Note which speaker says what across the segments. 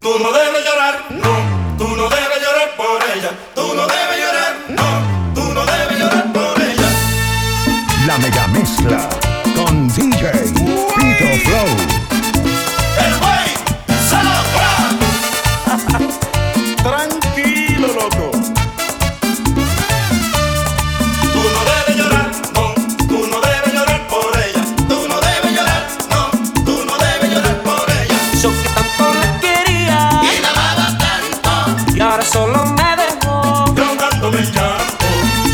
Speaker 1: Tú no debes llorar, no, tú no debes llorar por ella. Tú no debes llorar, no, tú no debes llorar por ella.
Speaker 2: La mega mezcla con DJ Pito Flow.
Speaker 1: El güey se la Tranquilo, loco. Tú no debes llorar, no, tú no debes llorar por ella. Tú no debes llorar, no, tú no debes llorar por ella.
Speaker 3: Yo que tanto la quería
Speaker 1: Y la amaba tanto,
Speaker 3: y ahora solo me dejó.
Speaker 1: troncándome el llanto.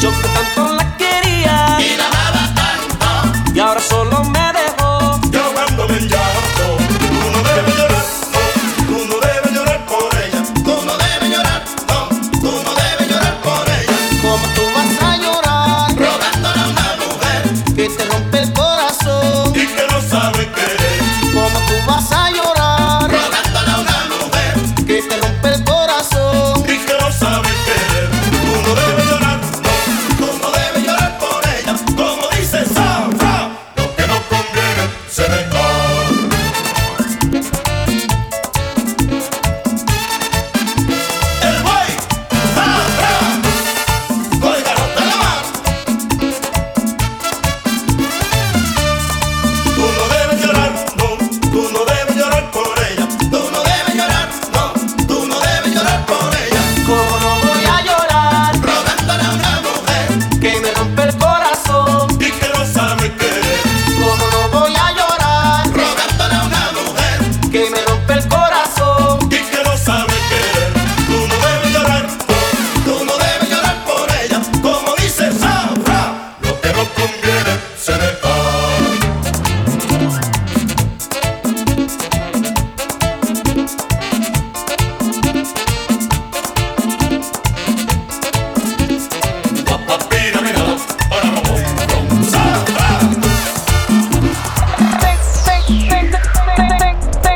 Speaker 3: Yo que tanto la quería
Speaker 1: Y la amaba tanto.
Speaker 3: y ahora solo me dejó.
Speaker 1: Llorándome en llanto, tú no debes llorar, no, tú no debes llorar por ella, tú no debes llorar, no, tú no debes llorar por ella,
Speaker 3: Como tú vas a llorar,
Speaker 1: rogándole a una mujer
Speaker 3: que te rompe el corazón.
Speaker 1: y que no sabe querer,
Speaker 3: Como tú vas a llorar,
Speaker 1: rogándole a una mujer
Speaker 3: que te rompe el corazón.
Speaker 1: y que no sabe querer, tú no debes llorar, no, tú no debes llorar por ella, como dice San Fran, lo que no conviene se deja. El buey, Zafra, con el garrote en la mano. Tú no debes llorar, no, tú no debes llorar por ella. Tú no debes llorar, no, tú no debes llorar por ella.
Speaker 3: Como no voy a llorar,
Speaker 1: Rogándole a una mujer
Speaker 3: que me rompe el corazón.
Speaker 1: y que no sabe querer.
Speaker 3: Como no voy a llorar,
Speaker 1: Rogándole a una mujer
Speaker 3: que me rompe el corazón.
Speaker 1: y que no sabe querer. Tú no debes llorar, no, tú no debes llorar por ella. Como dice Zafra, lo que no conviene se deja.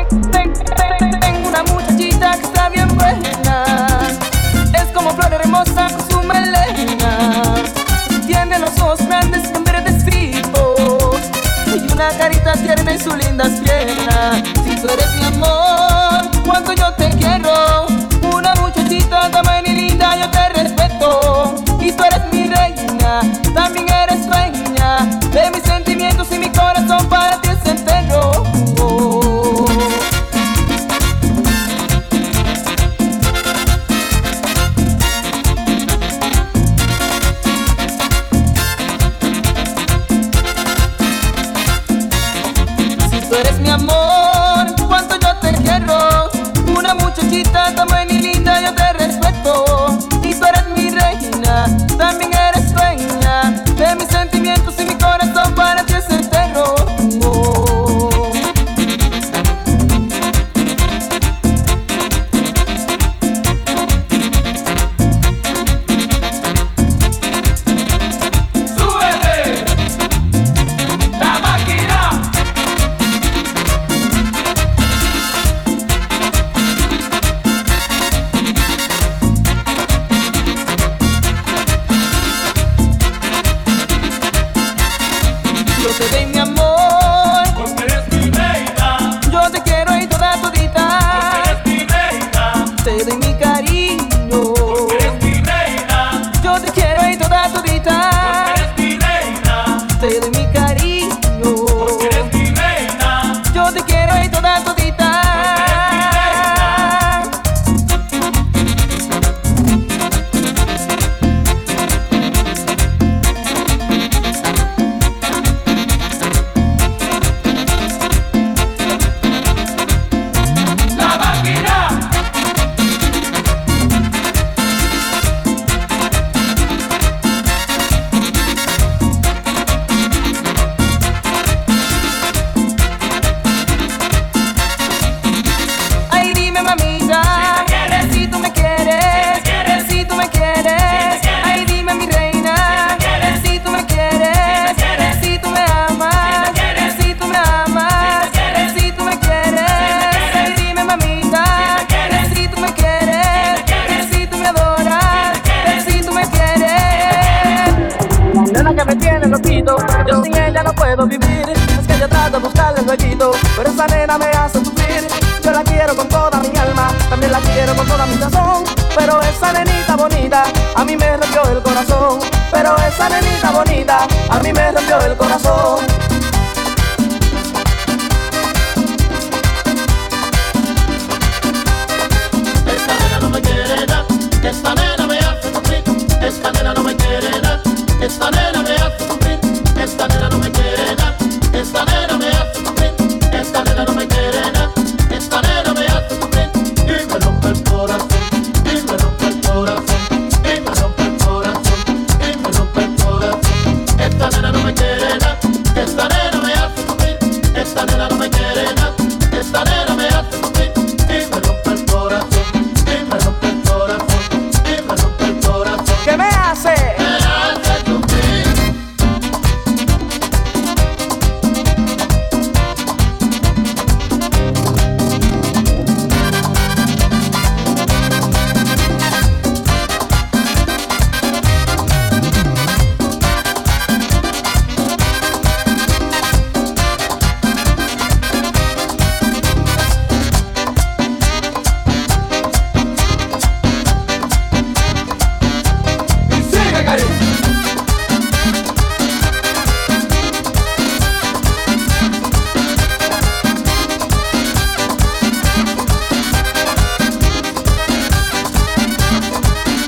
Speaker 4: Tengo una muchachita que está bien buena. Es como flor hermosa con su melena. Tiene los ojos grandes con verdes fríos. Y una carita tierna en sus lindas piernas. Si tú eres mi amor, cuando yo te quiero. Una muchachita tan y linda, yo te respeto. Y tú eres mi reina, también eres dueña de mis sentimientos y mi corazón para ti es entero. Oh. Si tú eres mi amor, cuánto yo te quiero. Una muchachita tan buena y linda, yo te respeto. Y tú eres mi reina, también eres dueña de mis sentimientos y mi corazón para ti es entero. Oh. Yo te doy mi amor,
Speaker 5: Porque eres mi reina,
Speaker 4: yo te quiero y toda todita.
Speaker 5: eres mi reina,
Speaker 4: Te doy mi cariño,
Speaker 5: eres mi reina,
Speaker 4: yo te quiero y toda todita.
Speaker 5: eres mi reina,
Speaker 4: Te doy mi cariño.
Speaker 5: eres mi reina,
Speaker 4: Yo te quiero y toda todita.
Speaker 5: la máquina.
Speaker 4: Ay, dime, mamita. Si tú me quieres. Si tú me quieres. Ay, dime, mi reina. Si tú me quieres. Si tú me amas. Si tú me amas. Si tú me quieres. Ay, dime, mamita. Si tú me quieres. Si tú me adoras. Si tú me quieres. Nena que me tiene loquito, yo sin ella no puedo vivir. Es que yo trato de buscarle el huequito, pero esa nena me hace sufrir. Yo la quiero con toda mi alma,
Speaker 5: También la quiero con toda mi razón. Pero esa nenita bonita a mí me rompió el corazón. Pero esa nenita bonita a mí me rompió el corazón.
Speaker 3: Esta nena no me quiere dar, esta nena me hace sufrir, esta nena no me quiere dar, esta nena me hace sufrir, esta nena no me quiere dar, esta nena me hace sufrir, esta nena no me quiere dar, esta nena me hace sufrir, y me rompe el corazón, y me rompe el corazón, y me rompe el corazón, y me rompe el corazón, esta nena no me quiere dar, esta nena me hace sufrir, esta nena no me quiere dar, esta nena me hace sufrir, y me rompe el corazón, y me rompe el corazón, y me rompe el corazón.
Speaker 5: ¿Qué me hace?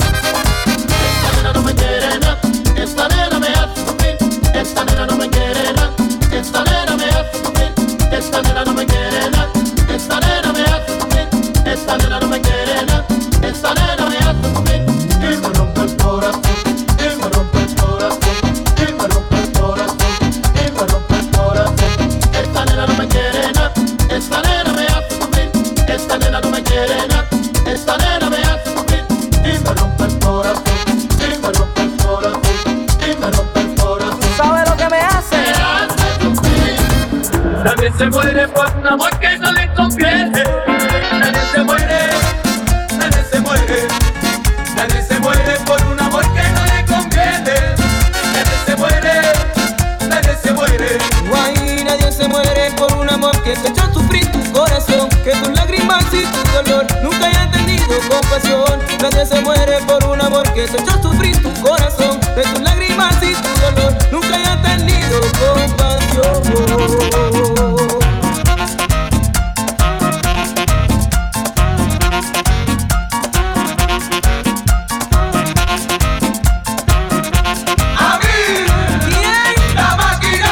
Speaker 3: Esta nena no me quiere nada, esta nena me hace sufrir, esta nena no me quiere nada, esta nena me hace sufrir, esta nena no me quiere nada, esta nena me hace sufrir, esta nena no me quiere nada, esta nena me hace sufrir, y me rompe el corazón, y me rompe el corazón, y me rompe el corazón, y me rompe el corazón, esta nena no me quiere nada, esta nena me hace sufrir, esta nena no me quiere nada, esta nena me hace sufrir, y me rompe el corazón. Y me rompe el corazón, y me rompe el corazón.
Speaker 5: ¿Sabe lo que me hace?
Speaker 6: También se muere por un amor que no le conviene. Nadie se muere, nadie se muere. Nadie se muere por un amor que no le conviene. Nadie se muere, nadie se muere.
Speaker 4: Guay, nadie se muere por un amor que te echó sufrir tu corazón Que tus lágrimas y tu dolor nunca haya entendido compasión Nadie se muere por un amor que te echó sufrir tu corazón Que tus lágrimas y tu dolor nunca haya entendido compasión
Speaker 6: ¡Abrir la máquina!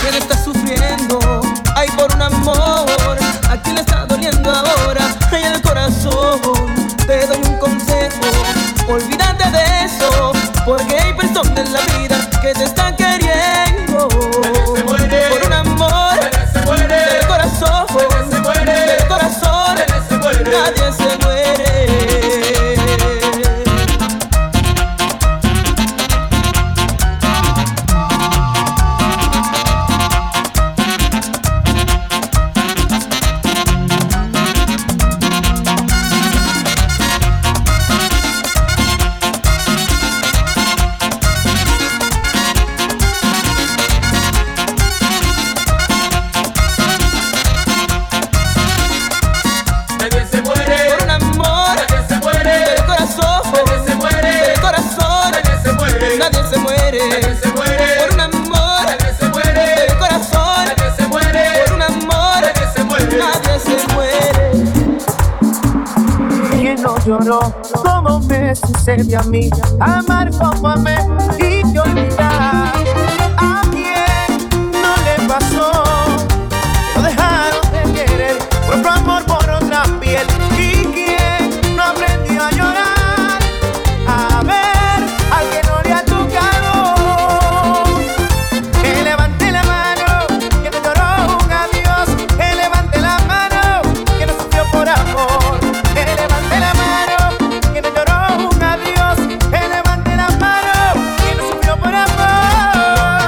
Speaker 4: ¿Quién está sufriendo? Ay, por un amor. ¿A quién le está doliendo ahora? Ay, el corazón. Te doy un consejo. Olvídate de eso. Porque hay personas en la vida que te están queriendo.
Speaker 6: se muere.
Speaker 4: Por un amor.
Speaker 6: Nadie se muere.
Speaker 4: Del corazón.
Speaker 6: Nadie se muere.
Speaker 4: Del corazón.
Speaker 6: Nadie se muere.
Speaker 4: Nadie se muere.
Speaker 6: Nadie se
Speaker 4: Por un
Speaker 6: muere,
Speaker 4: amor.
Speaker 6: nadie se muere.
Speaker 4: Del corazón.
Speaker 6: Nadie se muere.
Speaker 4: Del corazón.
Speaker 6: Nadie se muere.
Speaker 4: Nadie se muere.
Speaker 6: Nadie se muere.
Speaker 4: Por un amor.
Speaker 6: Nadie se muere.
Speaker 4: Del corazón.
Speaker 6: Nadie se muere.
Speaker 4: Por un amor.
Speaker 6: Nadie se muere.
Speaker 4: Nadie se muere.
Speaker 5: Y no lloró como me sucede a mí Amar como amé y que olvidar A quien no le pasó Lo dejaron de querer por otro amor, por otra piel Y quien no aprendió a llorar A ver al que no le ha tocado que levante la mano, que no lloró un adiós. Que levante la mano, que no sufrió por amor. Que levante la mano, que no lloró un adiós. Que levante la mano, que no sufrió por amor.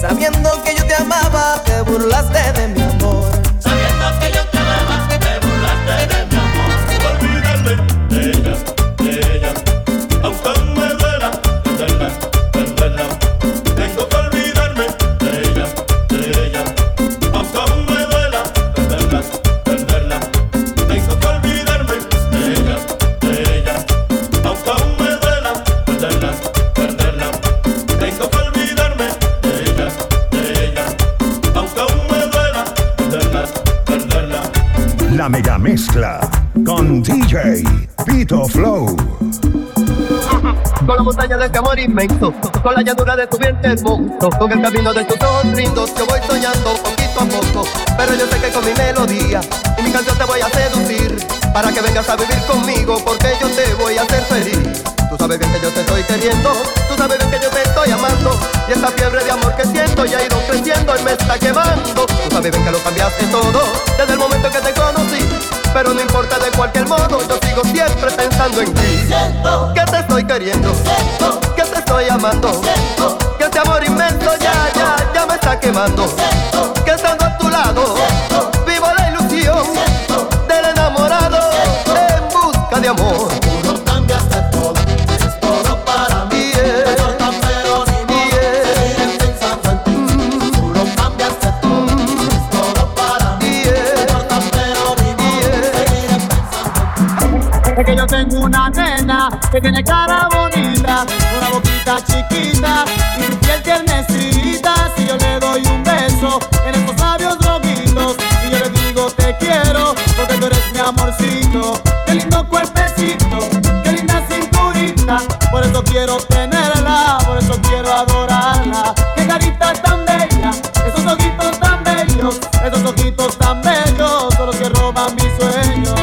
Speaker 7: sabiendo que yo te amaba, te burlaste de mi amor.
Speaker 1: Sabiendo que yo te amaba, te burlaste de mi amor. Olvídate de ella, de ella. Aunque me duela, perderla, perderla. Tengo que olvidarme de ella, de ella. Aunque me duela, perderla, perderla. Tengo que olvidarme de ella, de ella. Aunque me duela, perderla, perderla. Tengo que olvidarme de ella, de ella. Aunque me duela, perderla, perderla.
Speaker 2: La mega mezcla con DJ Pito Flow.
Speaker 3: Con la montaña de este amor inmenso, con la llanura de tu vientre hermoso, con el camino de tus dos lindos, yo voy soñando poquito a poco, pero yo sé que con mi melodía y mi canción te voy a seducir, para que vengas a vivir conmigo, porque yo te voy a hacer feliz. Tú sabes bien que yo te estoy queriendo, tú sabes bien que yo te estoy amando, y esa fiebre de amor que siento ya ha ido creciendo y me está quemando. Tú sabes bien que lo cambiaste todo, desde el momento que te conocí, pero no importa de cualquier modo, yo sigo siempre pensando en ti. Siento que te estoy queriendo, siento que te estoy amando, siento que este amor inmenso ya, ya, ya me está quemando, siento que estando a tu lado, vivo la ilusión del enamorado en busca de amor.
Speaker 8: Tú cambiaste todo, es todo para mí.
Speaker 3: Y es-
Speaker 8: Me corta, pero ni modo, seguiré pensando en ti. Tú lo cambiaste todo, es todo para mí.
Speaker 3: y es-
Speaker 8: Me corta, pero ni modo, seguiré pensando en ti.
Speaker 5: Es que yo tengo una nena que tiene cara bonita, una boquita chiquita y su piel tiernecita. Si yo le doy un beso en estos labios rojitos y yo le digo te quiero porque tú eres mi amorcito. Qué lindo cuerpecito, qué linda cinturita, por eso quiero tenerla, por eso quiero adorarla. Qué carita tan bella, esos ojitos tan bellos, esos ojitos tan bellos son los que roban mis sueños.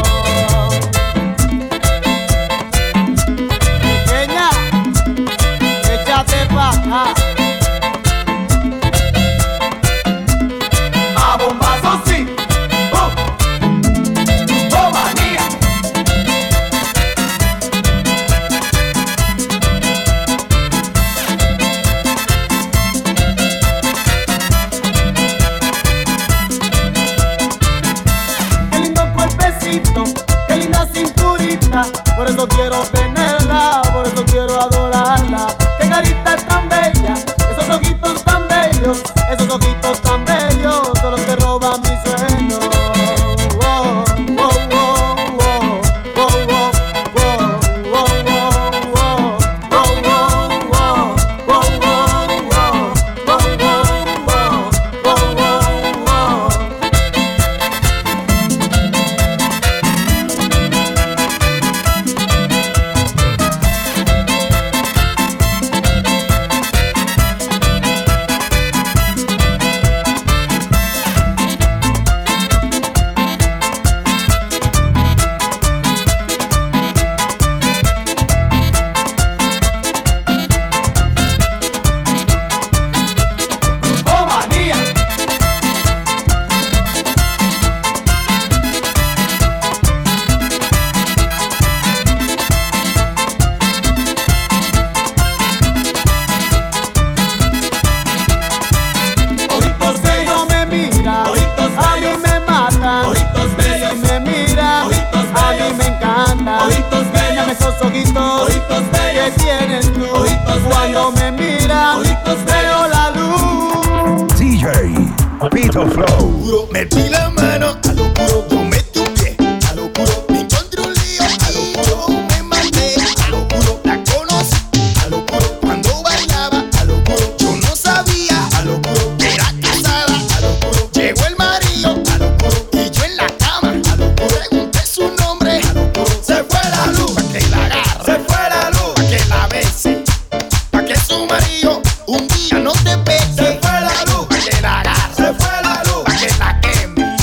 Speaker 5: Pequeña, échate pa' acá. A bombazo sí, oh, oh manía. Qué lindo cuerpecito, qué linda cinturita. Por eso quiero tenerla, por eso quiero adorarla. Qué carita tan bella, esos ojitos tan bellos, esos ojitos tan bellos son los que roban mis sueños. Oh, oh, oh, oh, oh, oh, oh, oh, oh, oh. Ojitos bellos me miran, ojitos a mí me matan, ojitos bellos me miran, ojitos a mí me encantan, ojitos bellos esos ojitos, ojitos bellos que tienes tú, ojitos cuando me miran, ojitos veo la luz.
Speaker 2: DJ Pito Flow.
Speaker 1: puro, metí la mano a lo puro, yo metí un pie a lo puro, me encontré un lío a lo puro, me maté a lo puro, la conocí a lo puro, cuando bailaba a lo puro, yo no sabía a lo puro, que era casada a lo puro, llegó el marido a lo puro, y yo en la cama a lo puro, pregunté su nombre a lo puro, se fue la luz, pa' que la agarre, se fue la luz, pa' que la bese pa' que su marido un día no te pese. Se fue la luz, pa' que la agarre. Se fue la luz, pa' que la queme.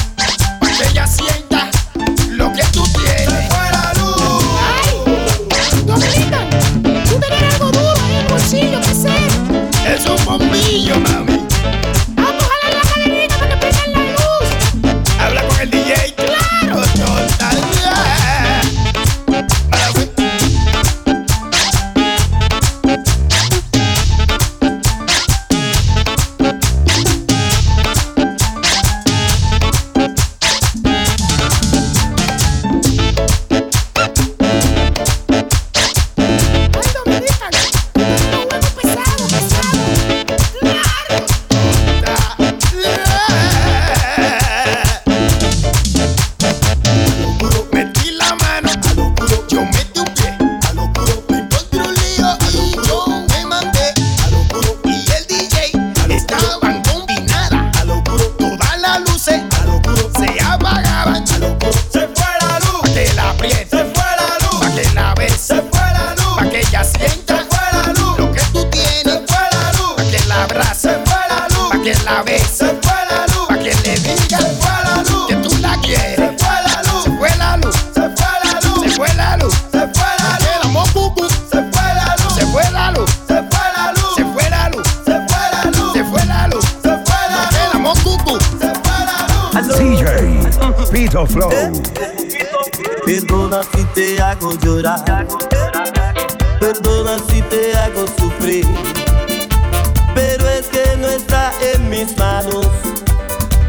Speaker 3: quieres. Se fue la luz. Pa' que le diga. Se fue la luz. Que tú la quieres. Se fue la luz. Se fue la luz. Se fue la luz. Se fue la luz. Se fue la luz. El amor cucu. Se fue la luz. Se fue la luz. Se fue la luz. Se fue la luz. Se fue la luz. Se fue la luz. Se fue la luz. El amor cucu. Se fue la luz.
Speaker 2: DJ Pito Flow.
Speaker 1: Perdona si te hago llorar. Perdona si te hago sufrir. Pero es que no está en mis manos.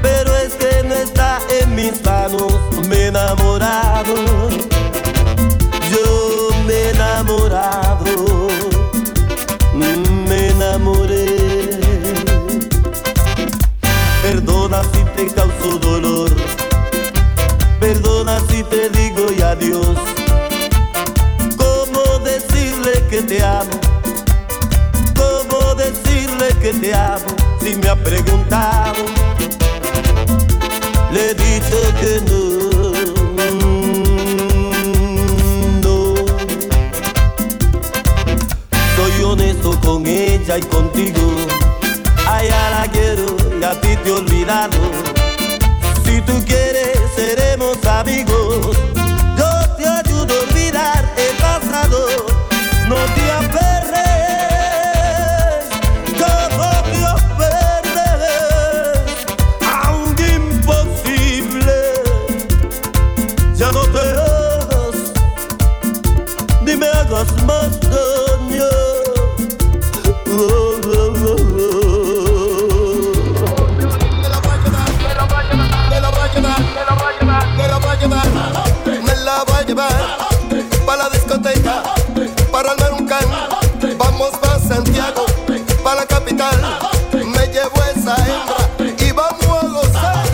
Speaker 1: Pero es que no está en mis manos. Me he enamorado. Yo me he enamorado. Me enamoré. Perdona si te causo dolor. Perdona si te digo y adiós. ¿Cómo decirle que te amo? ¿Cómo decirle que te amo? Si me ha preguntado, le he dicho que no. mm, no. Soy honesto con ella y contigo. Ay, ya la quiero y a ti te he olvidado. Si tú quieres, seremos amigos. Yo te ayudo a olvidar el pasado. No te aferres, yo no te aferres a un imposible. Ya no te hagas, ni me hagas más daño.
Speaker 5: Me la voy a llevar para la discoteca, para armar un can. Vamos para Santiago, para la capital. Me llevo esa hembra y vamos a gozar.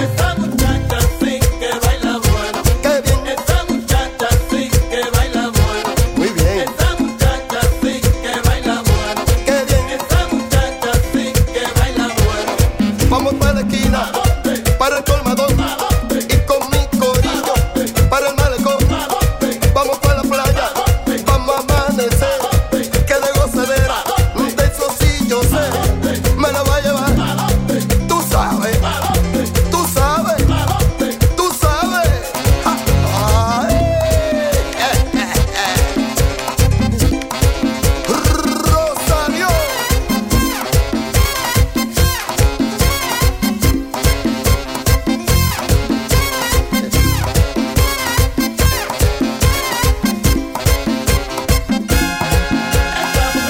Speaker 9: Esta muchacha sí que baila bueno.
Speaker 5: Qué bien,
Speaker 9: Esta muchacha sí que baila bueno.
Speaker 5: muy bien,
Speaker 9: Esta muchacha sí que baila bueno.
Speaker 5: qué bien.
Speaker 9: Esta muchacha sí que baila bueno.
Speaker 5: Vamos para la esquina, para el colmadón y con mi corillo para el malecón. Vamos para la playa, vamos a amanecer. Que de gozadera, de eso sí yo sé. Me la va a llevar, tú sabes, tú sabes, tú sabes. Ja, ay, eh, eh, eh. Rosario.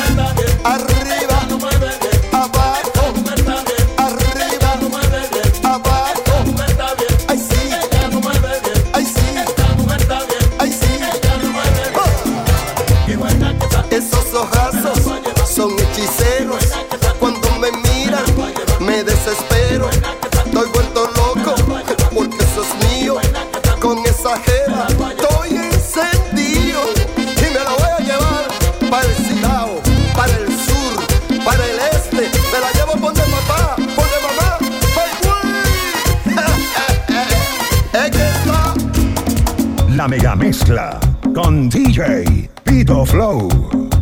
Speaker 5: Arriba, abajo, arriba, abajo, ay sí, ay sí, ay sí. Ah. Esos ojazos son hechiceros. Cuando me miran, me desespero. Estoy vuelto loco porque eso es mío. Con esa jeva estoy encendido y me la voy a llevar para el Silao, para el sur, para el este. Me la llevo por de papá, por de mamá, para el güey. Es que está.
Speaker 2: La mega mezcla con DJ Pito Flow.